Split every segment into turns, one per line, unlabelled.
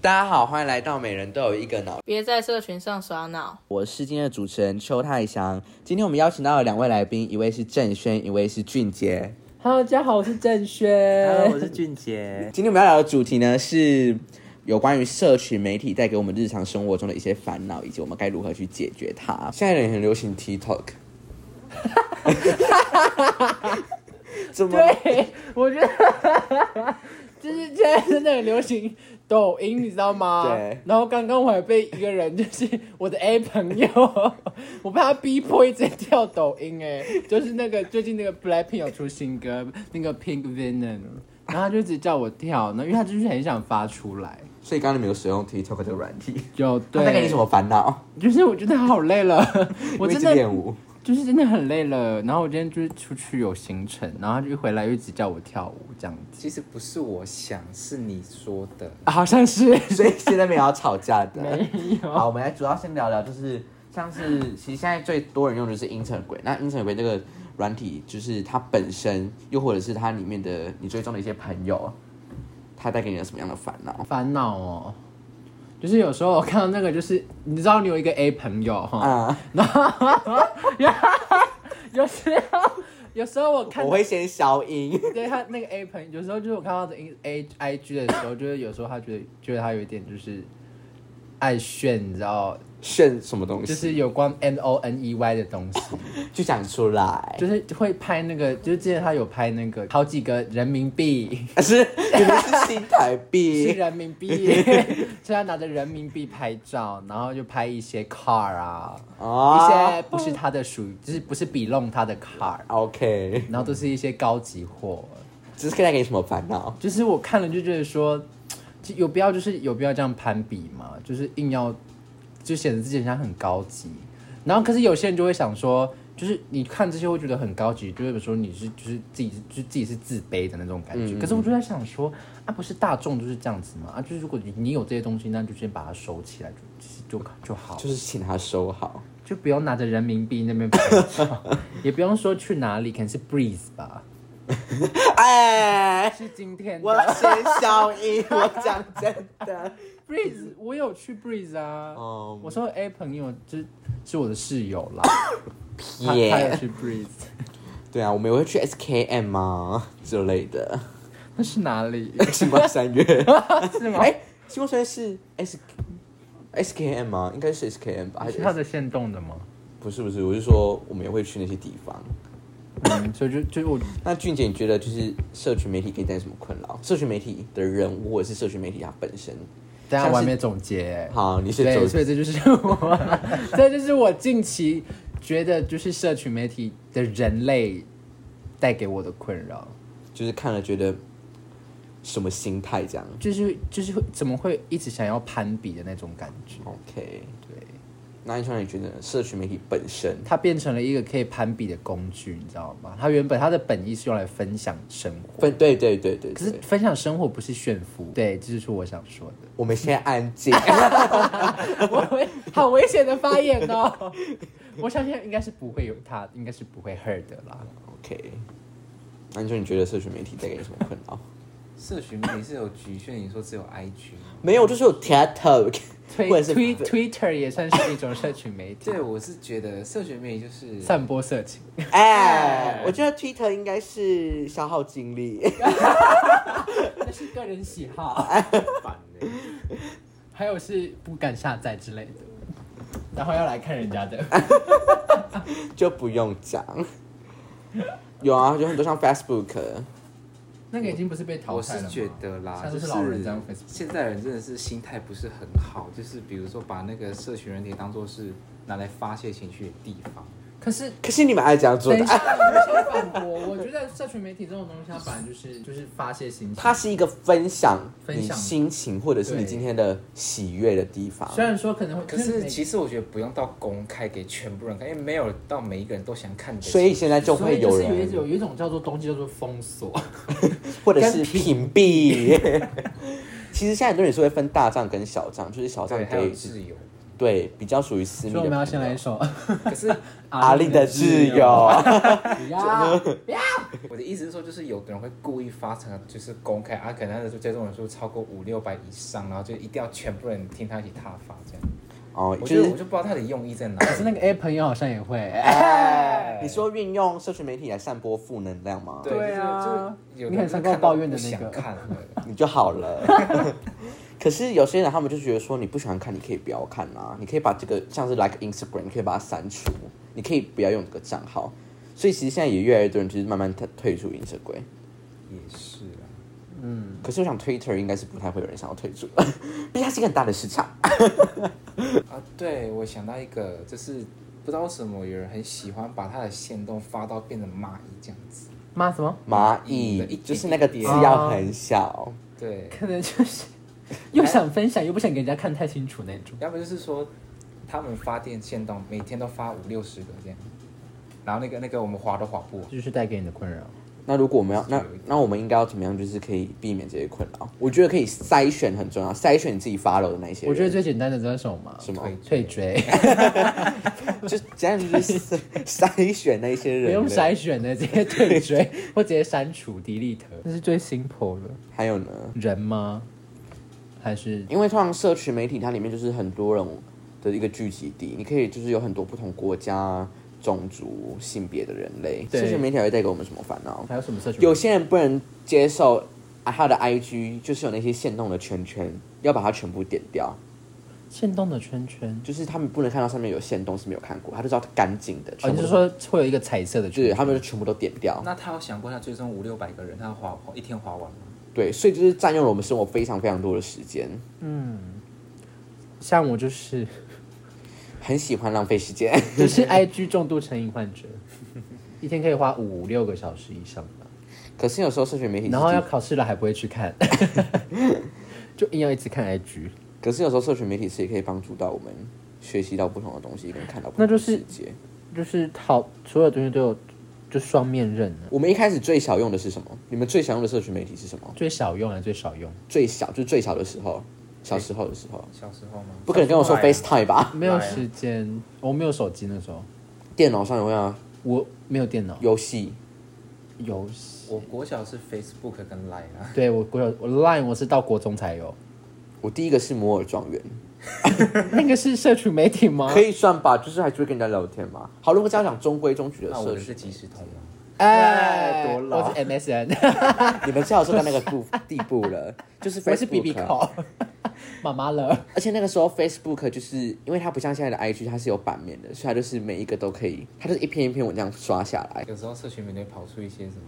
大家好，欢迎来到每人都有一个脑。
别在社群上耍脑。
我是今天的主持人邱泰祥。今天我们邀请到了两位来宾，一位是郑轩，一位是俊杰。
Hello，大家好，我是郑轩。
Hello，我是俊杰。
今天我们要聊的主题呢是有关于社群媒体带给我们日常生活中的一些烦恼，以及我们该如何去解决它。现在人很流行 TikTok，怎么了？
对，我觉 得就是现在真的很流行抖音，你知道吗？
对
然后刚刚我还被一个人， 就是我的 A 朋友， 我被他逼迫一直跳抖音，哎，就是那个最近那个 Blackpink 有出新歌，那个 Pink Venom，然后他就一直叫我跳，那因为他就是很想发出来。
所以刚刚你们有使用 TikTok 这个软体，
有
它
对，
带给你什么？烦恼？
就是我觉得好累了，我
因为一
真
直
的
练舞。
就是真的很累了，然后我今天就是出去有行程，然后他就一回来又一直叫我跳舞这样子，
其实不是我想，是你说的。
啊好像是
所以现在没有要吵架的。
没有
好，我们来主要先聊聊，就是像是其实现在最多人用的就是 Instagram，那 Instagram 这个软体就是它本身，又或者是它里面的你追踪的一些朋友，它带给你了什么样的烦恼？
烦恼哦。就是有时候我看到那个，就是你知道你有一个 A 朋友哈，
啊、
有时候有时候我看
我会先消音。
对他那个 A 朋友，有时候就是我看到这 A I G 的时候，就是有时候他觉得觉得他有一点就是爱炫，你知道，
炫什么东西？
就是有关 N O N E Y 的东西。
就讲出来，
就是会拍那个，就是之前他有拍那个好几个人民币，
是你们是新台
是
币，
人民币，所以他拿着人民币拍照，然后就拍一些 car 啊，
哦
一些不是他的属于，就是不是 belong 他的 car，
OK，
然后都是一些高级货，
只是可以带给你什么烦恼？
就是我看了就觉得说，就有必要就是有必要这样攀比嘛，就是硬要就显得自己好像很高级，然后可是有些人就会想说。就是你看这些会觉得很高级，就是说你是就是自己是就是自己是自卑的那种感
嗯
觉。可是我就在想说，啊，不是大众就是这样子嘛？啊，就是如果你你有这些东西，那就先把它收起来，就就就就好，
就是请他收好。
就不用拿着人民币那边拍照， 也不用说去哪里，可能是 Breeze 吧，
哎，
是今天的
我先消音，我讲真的。
Breeze，我有去 Breeze 啊。
哦
我说 A 朋友就是是我的室友 啦，他他有
耶，
去 Breeze，
对啊，我们也会去 SKM 啊之类 的。
那是哪 里？
星光三月，
是吗？
哎、星光三月是 S SKM 吗？啊应该是 SKM 吧？还
你
是
是他的线动的吗？
不是不是，我是说我们也会去那些地方。
嗯，所以就就我
那俊姐，你觉得就是社群媒体给你带来什么困扰？社群媒体的人物，或者是社群媒体它本身？
大
像
家
是
完美总结。欸
好，你是
对，
走
所以这就是我，这就是我近期觉得就是社群媒体的人类带给我的困扰，
就是看了觉得什么心态这样
就是就是会怎么会一直想要攀比的那种感觉。
？OK，
对，
那一川，你觉得社群媒体本身
它变成了一个可以攀比的工具，你知道吗？它原本它的本意是用来分享生活，
分对对对对
可是
对，
分享生活不是炫富，对，这就是我想说 的。
我们先安 静。
好危险的发言哦！ 我相信应该是不会有他，应该是不会 hurt 的啦。
OK，那你说你觉得社群媒体带给你什么困扰？
社群媒体是有局限，你说只有 IG 吗？
没有，就是有 TikTok，
推
或者是
Twi Twitter 也算是一种社群媒体
对，，我是觉得社群媒体就是
散播色情。
哎，我觉得 Twitter 应该是消耗精力。
那是个人喜好，
烦的、
欸还有是不敢下载之类的，然后要来看人家 的。
就不用讲。有啊，有很多像 Facebook，
那个已经不是被淘
我
汰了
是
吗
觉得啦，
像
就是
老人这样 Facebook
现在人真的是心态不是很好，就是比如说把那个社群人体当做是拿来发泄情绪的地方。
可 是
可是你们爱这样做
等
的
一。下，我先反驳。我觉得社群媒体这种东西，它本来就是就是发泄心情。
它是一个分享
分
你
享
心情或者是你
对
今天的喜悦的地方。
虽然说可能会，
可是
每
其实我觉得不用到公开给全部人看，因为没有到每一个人都想看你的情绪。
所以现在就
所
会
以就是有一
人，
有一种叫做东西叫做 封锁，
或者是
跟
屏 蔽。其实现在很多人也是会分大账跟小账，就是小账
对，还
可
有
以
自由。
对，比较属于私密
所以
的。
我们要先来一首
可是
阿力的挚友，
不要
我的意思是说，就是有的人会故意发成，就是公开啊，可能他的追踪人数超过五六百以上，然后就一定要全部人听他一起踏伐这样。
哦，就
我觉得我
是
就不知道他的用意在哪
可是
里。
那个 A 朋友好像也会，
哎，你说运用社群媒体来散播负能量吗？
对
对啊
就是有的
你很常跟我
看到
抱怨的那个
不想看了。
你就好了。 可是有些人他们就觉得说，你不喜欢看，你可以不要看啊，你可以把这个像是 like Instagram，你可以把它删除，你可以不要用这个账号。所以其实现在也越来越多人就是慢慢退退出 Instagram。
也是啊，
可是我想 Twitter 应该是不太会有人想要退出， 毕竟它是一个很大的市场。
啊，对，我想到一个，就是不知道为什么有人很喜欢把他的线动发到变成蚂蚁这样子。
妈什么？
蚂
嗯
一点
蚁
点
就是那个字要很小，
对，
可能就是又想分享又不想给人家看太清楚那种。
要不就是说他们发电线动每天都发五六十个这样，然后那个那个我们划都划不完。
这就是带给你的困扰。
那如果我们要那
有一点
那我们应该要怎么样，就是可以避免这些困扰？我觉得可以筛选很重要，筛选你自己 follow 的那些人。
我觉得最简单的这首嘛，
什么
退
退追，
就这样，就是 筛选那些
不
人，
用筛。选的，直接退追 或直接删除 delete，这是最 simple 的。
还有呢，
人吗？还是
因为通常社群媒体它里面就是很多人的一个聚集地，你可以就是有很多不同国家、种族、性别的人类。
对
社群媒体还会带给我们什么烦恼？
还有什么社群？
有些人不能接受啊，他的 IG 就是有那些限动的圈圈，要把它全部点掉，
限动的圈圈，
就是他们不能看到上面有限动是没有看过，他就知道干净的，
哦，
全
你
部
是
都、
说会有一个彩色的圈
对，
圈？
他们就全部都点掉。
那他有想过他追踪五六百个人，他划划一天划完吗？
对，所以就是占用了我们生活非常非常多的时间，
像我就是
很喜欢浪费时间。
就是 IG 重度成瘾患者，一天可以花五六个小时以上吧。
可是有时候社群媒体是
然后
自
要
己
考试了还不会去看， 就硬要一直看 IG。
可是有时候社群媒体是也可以帮助到我们学习到不同的东西，跟看到不
那
同的
就是
世界。
就是好，所有东西都有，就双面刃啊，
我们一开始最小用的是什么？你们最小用的社群媒体是什么？
最少用还是最少用？
最小就是最小的时候，小时候的时候，
小时候吗？
不可能跟我说
小时候啊
FaceTime 吧？
没有时间，我没有手机那时候，
电脑上有没有啊
我没有电脑，
游戏？
游戏。
我国小是 Facebook 跟 Line 啊，
对我国有我 Line 我是到国中才有，
我第一个是摩尔庄园，
那个是社群媒 体吗？
可以算吧，就是还是会跟人家聊天嘛。好，如果这样讲中规中矩的
那我
社
的
群
是，即时通吗？
哎，
多老
我是 MSN，
你们最好是到那个步地步 了， 就是
我是
Facebook
BB
啊
扣， 妈妈了。
而且那个时候 Facebook 就是因为它不像现在的 IG，它是有版面的，所以它就是每一个都可以，它就是一篇一篇文章刷下来。
有时候社群媒体跑出一些什么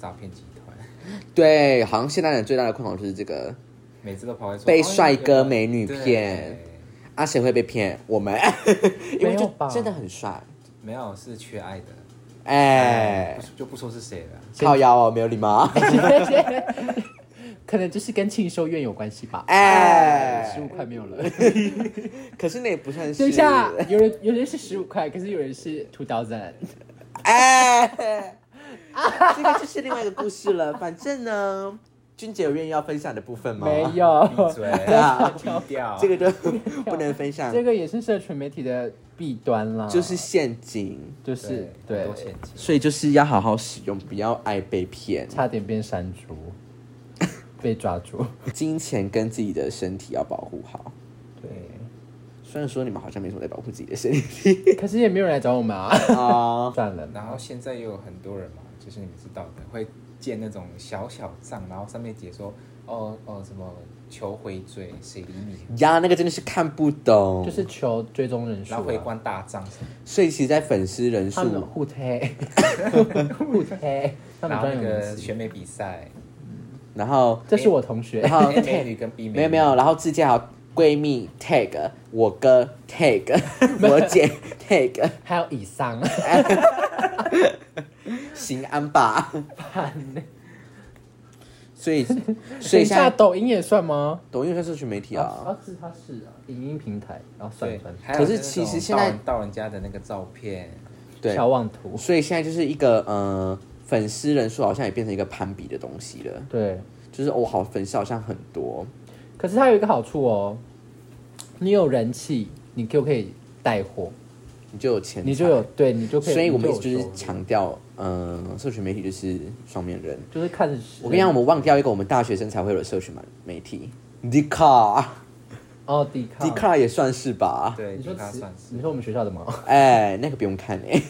诈骗集团，
对，好像现代人最大的困扰就是这个
每次都跑来说哦
被帅哥美
女
女骗，啊，谁会被骗？我们，因为
没有
就
吧
真的很帅，
没有是缺爱的，
哎、
不就不说是谁了。
靠腰哦，没有礼貌，
可能就是跟庆修院有关系吧。
哎
十五块没有了。
可是那也不算是。
等一下，有人有人是十五块，可是有人是 two thousand。
哎、这个就是另外一个故事了。反正呢，君姐有愿意要分享的部分吗？
没，
闭
有，
嘴
哦啊，
低调。
这个 就不能分享，
这个也是社群媒体的弊端啦。
就是陷阱。
就是
很
对
多，陷阱。
所以就是要好好使用，不要爱被骗。
差点变山猪， 被抓住。
金钱跟自己的身体要保护好。
对，
虽然说你们好像没什么在保护自己的身体
可是也没有人来找我们啊。
啊，
算了，
然后现在也有很多人嘛，就是你们知道的，会建那种小小账，然后上面解说哦哦什么求回追，谁理你？
呀，那个真的是啊看不懂。
就是求追踪人数
然
啊
后会关大账什么的，
所以其实，在粉丝人
他们
数，
互推，互推，他们
然后
专
那
有名
个
词。
选美比赛，
然后
这是我同学
然，后
A 美女跟 B 美女
没有没有，然后自荐好闺蜜 tag 我哥 tag 我姐 tag
还有以上，
行安吧。
烦呢
所以所
等
以
一
现在
下抖音也算吗？
抖音算社群媒体啊，
啊，是它是啊，影音平台，然后算
对
了算了，，
还有
可是
那种
其实现在
盗人盗人家的那个照片，
对，
小网图，
所以现在就是一个呃，粉丝人数好像也变成一个攀比的东西了，
对。
就是我、哦、好粉丝好像很多，
可是它有一个好处哦，你有人气，你可不可以带货？
你就有钱，
你就有。对你就可以，
所以我们
你
一直
有
就是
收入
强调，嗯、社群媒体就是双面人。
就是看着
我跟你讲，我们忘掉一个我们大学生才会有的社群媒媒体 d 卡
哦，抵抗
d 卡也算是吧。
对，
你说
就他
慈
算是
你说我们学校的吗？
哎，那个不用看哎、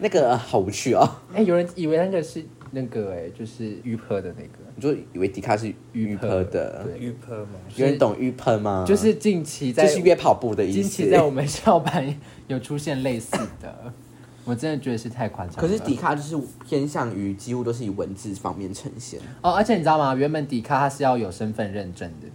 那个好无趣哦。
哎、有人以为那个是那个哎、就是预科的那个，
你就以为迪卡是预科的，
对
预科嘛，
有人懂预科吗？
就是近期在
就是约跑步的意
近
思。
期 在我们校版有出现类似的， 我真的觉得是太夸张了。
可是迪卡就是偏向于几乎都是以文字方面呈现，
哦，而且你知道吗？原本迪卡它是要有身份认证的，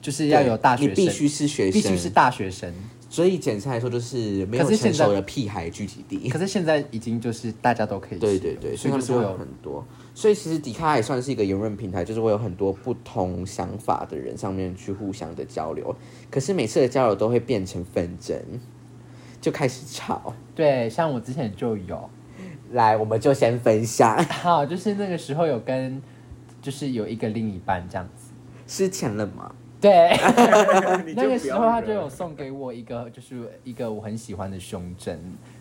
就是要有大学
你
生，
必须是学
必
生，
须是大学生。
所以简称来说就是没有
可是现
成
在
熟的屁孩聚集地
可。是现在已经就是大家都可 以，
对对对，所以他
所以就
们
是
会
会
有
有
很多。所以其实迪卡也算是一个言论平台，就是会有很多不同想法的人上面去互相的交流。可是每次的交流都会变成纷争，就开始吵。
对，像我之前就有，
来，我们就先分享，
好，就是那个时候有跟，就是有一个另一半这样子，
是钱了吗？
对。那
那
个时候他就有送给我一个，就是一个我很喜欢的胸针，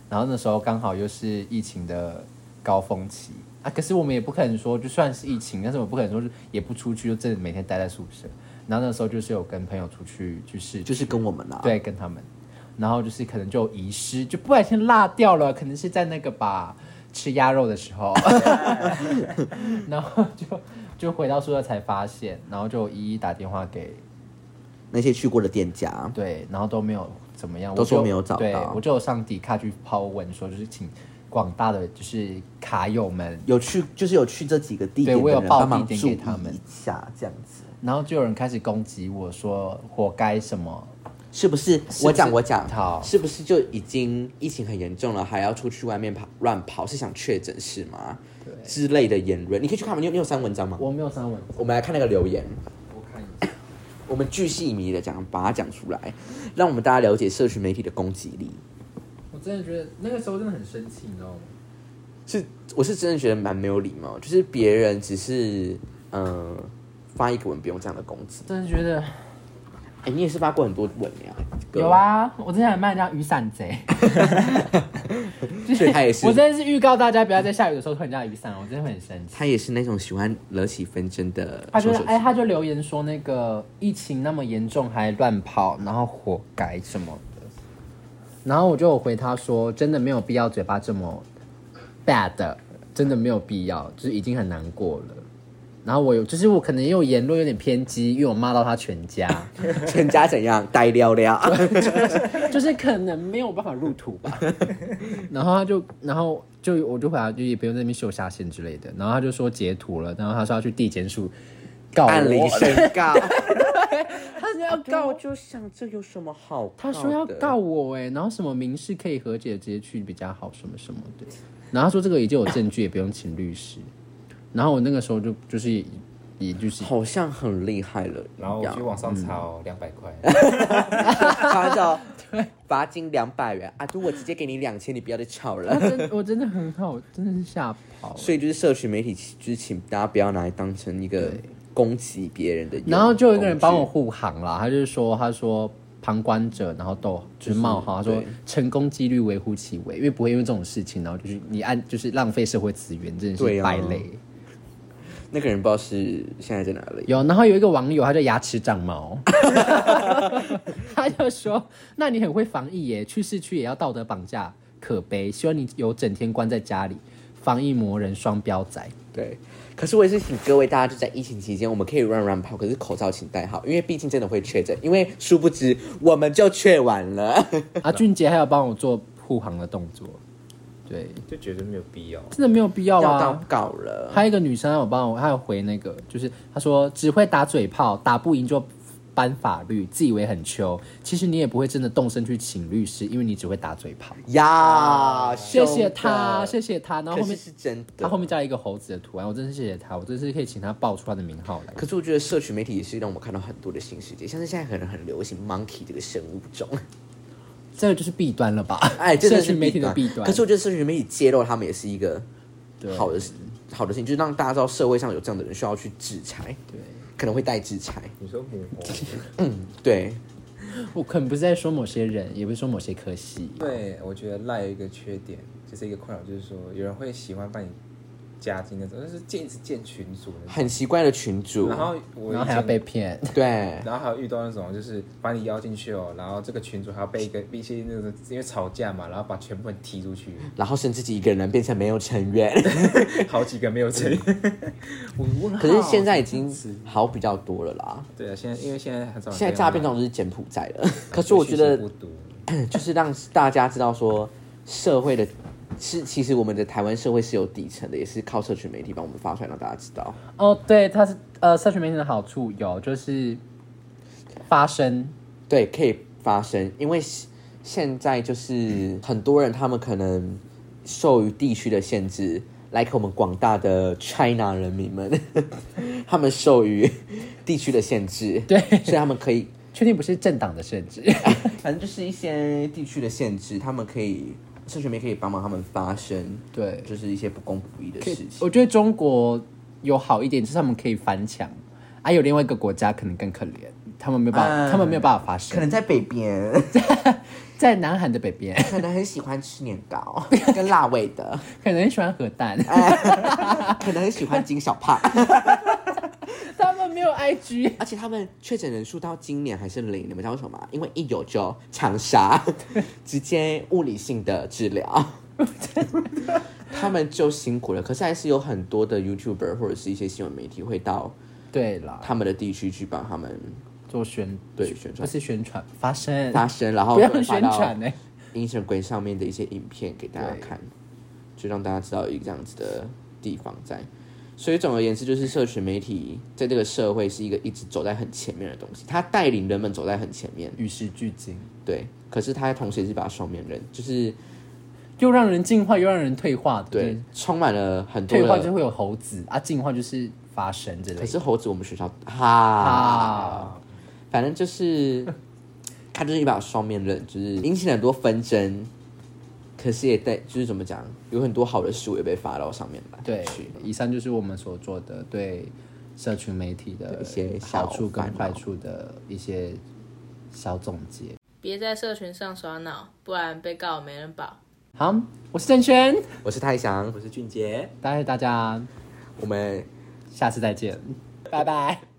然后那时候刚好又是疫情的高峰期啊，可是我们也不可能说就算是疫情，但是我们不可能说是也不出去，就真的每天待在宿舍。然后那时候就是有跟朋友出去，就是
就是跟我们啦。，啊
对跟他们，然后就是可能就有遗失，就不小心落掉了，可能是在那个吧吃鸭肉的 时候，然后就就回到宿舍才发现，然后就一一打电话给
那些去过的店家，
对，然后都没有怎么样，
都
我就
说没有找
对
到，
我就有上迪卡去抛问说，就是请广大的就是卡友们，
有去就是有去这几个地点
对我
的
有
人
报
帮忙
地点
注
给他
意
们
一下，这样子
然后就有人开始攻击我说活该什么，
是不是？我讲我讲，
好
是不是就已经疫情很严重了，还要出去外面跑乱跑，是想确诊是吗？之类的言论，你可以去看吗？你有你有删文章吗？
我没有删文，
我们来看那个留言，
我看一下，
我们巨细靡的讲，把它讲出来，让我们大家了解社群媒体的攻击力。
我真的觉得那个时候真的很生气，你知道吗？
是我是真的觉得蛮没有礼貌，就是别人只是嗯、呃发一个文不用这样的攻击。
真的觉得
哎、你也是发过很多文呀？哥
有，啊，我之前还卖人家雨伞贼，
所以他也是
我真的是预告大家不要在下雨的时候推人家雨伞，我真的会很生气。
他也是那种喜欢惹起纷争的
他就
凶
是
手之
哎，
一。
他就留言说那个疫情那么严重还乱跑，然后活该什么的。然后我就有回他说，真的没有必要嘴巴这么 bad，真的没有必要，就是已经很难过了。然后我有，就是我可能也有言论有点偏激，因为我骂到他全家，
全家怎样呆撩 撩？
就是可能没有办法入土 吧。然后他就，然后就我就回他，就也不用在那边秀下限之类的。然后他就说截图了，然后他说要去地检署告
按铃
我，啊
申告，
他是要告
告就想这有什么好？
他说要告，我哎、然后什么民事可以和解，直接去比较好，什么什么的。然后他说这个已经有证据，也不用请律师。然后我那个时候就就是也也就是
好像很厉害了一
然后我去
样。
网上查哦两百块，
嗯
他 说罚金两百元啊，就我直接给你两千，你不要再吵了
我。真我真的很好，我真的是吓跑了。
所以就是社群媒体，就是请大家不要拿来当成一个攻击别人的用。
然后就有一个人帮我
工具，
护航啦，他就是说他说旁观者，然后逗就是冒号，他说
对
成功几率微乎其微，因为不会因为这种事情，然后就是你按就是浪费社会资源，真的
对
是
啊
败类。
那个人不知道是现在在哪里。
有，然后有一个网友，他就牙齿长 毛，他就说：“那你很会防疫耶，去市区也要道德绑架，可悲。希望你有整天关在家里，防疫魔人双标仔。
对，可是我也是请各位大家就在疫情期间，我们可以乱乱跑，可是口罩请戴好，因为毕竟真的会确诊。因为殊不知我们就确完 了，”
啊，俊杰还要帮我做护航的动作，对，
就觉得没有必要。
真的没有必要
要到
啊。
稿了。
还有一个女生，有帮我，还有回那个，就是她说只会打嘴炮，打不赢就搬法律，自以为很秋，其实你也不会真的动身去请律师，因为你只会打嘴炮。
呀，
谢谢他，
凶的
谢谢他，然后
可
后
是啊
面
是真的
他后。面加了一个猴子的图案，我真是谢谢他，我真是可以请他报出他的名号来。
可是我觉得社群媒体也是让我们看到很多的新世界，像是现在可能很流行 monkey 这个生物 种，
这个就是弊端了吧？
哎，这真
社
的是
群媒体的弊端。
可是我觉得社群媒体揭露他们也是一个
对
好的事好的事情，就是让大家知道社会上有这样的人需要去制裁，
对，
可能会带制裁。
你说母猴，
对，
我可能不是在说某些人，也不是说某些科系。
对，我觉得赖有一个缺点，就是一个困扰，就是说有人会喜欢把你加进那种，就是建一直建群组那种。
很奇怪的群主
然，后我
然后
以
还要
前
被骗，
对，
然后还有遇到那种就是把你邀进去哦，然后这个群主还要被一个被一些那种因为吵架嘛，然后把全部人踢出去，
然后剩自己一个人变成没有成员。
好几个没 有成。我问号
可是现在已经好比较多了啦，
对啊，现在因为现在很少人
现在
这样
诈骗这
嘛
种就是柬埔寨了。 可是我觉得嗯
讯息不读
就是让大家知道说，社会的是其实我们的台湾社会是有底层的，也是靠社群媒体帮我们发出来让大家知道。
哦，对，它是呃，社群媒体的好处有就是发声，
对，可以发生，因为现现在就是很多人他们可能受于地区的限制，like 我们广大的 China 人民们， 他们受于地区的限制，
对
所以他们可 以，
确定不是政党的限制。
反正就是一些地区的限制，他们可以社群媒体可以帮忙他们发声，
对
就是一些不公不义的
可
事
以
情。
我觉得中国有好一点，就是他们可以翻墙，啊，有另外一个国家可能更可怜，他们没有办
嗯
法，他们没有办法发
可
声。
能在北 边，
在南韩的 北边，
可能很喜欢吃年糕跟辣味的，
可能很喜欢核弹，
啊可能很喜欢金小胖，
他们没有 IG，
而且他们确诊人数到今年还是零，你们知道为什么吗？因为一有就长沙，直接物理性的治 疗。他们就辛苦了，可是还是有很多的 YouTuber 或者是一些新闻媒体会到
对啦，
他们的地区去帮他们
做宣
对宣
不
传
是宣传，发声，
发声，然后
不要
就会发
宣
到
传哎呢、
Instagram 上面的一些影片给大家看，就让大家知道有一个这样子的地方在。所以总而言之，就是社群媒体在这个社会是一个一直走在很前面的东西，它带领人们走在很前面，
与时俱进，
对。可是它同时也是把双面人，就是
又让人进化，又让人退化，不
对，充满了很多
退化就
的。
会有猴子啊，进化就是发声之类
可
的。
是猴子，我们学校哈，
啊，
反正就是 它就是一把双面刃，就是引起了很多纷争。可是也带就是怎么讲，有很多好的事物也被发到上面来。
对
去，
以上就是我们所做的对社群媒体的
一些小
好处跟
烦恼
坏处的一些小总结。
别在社群上耍脑，不然被告没人保。
好，我是郑轩，
我是泰翔，
我是俊杰。
大家大家
我们
下次再见，拜拜。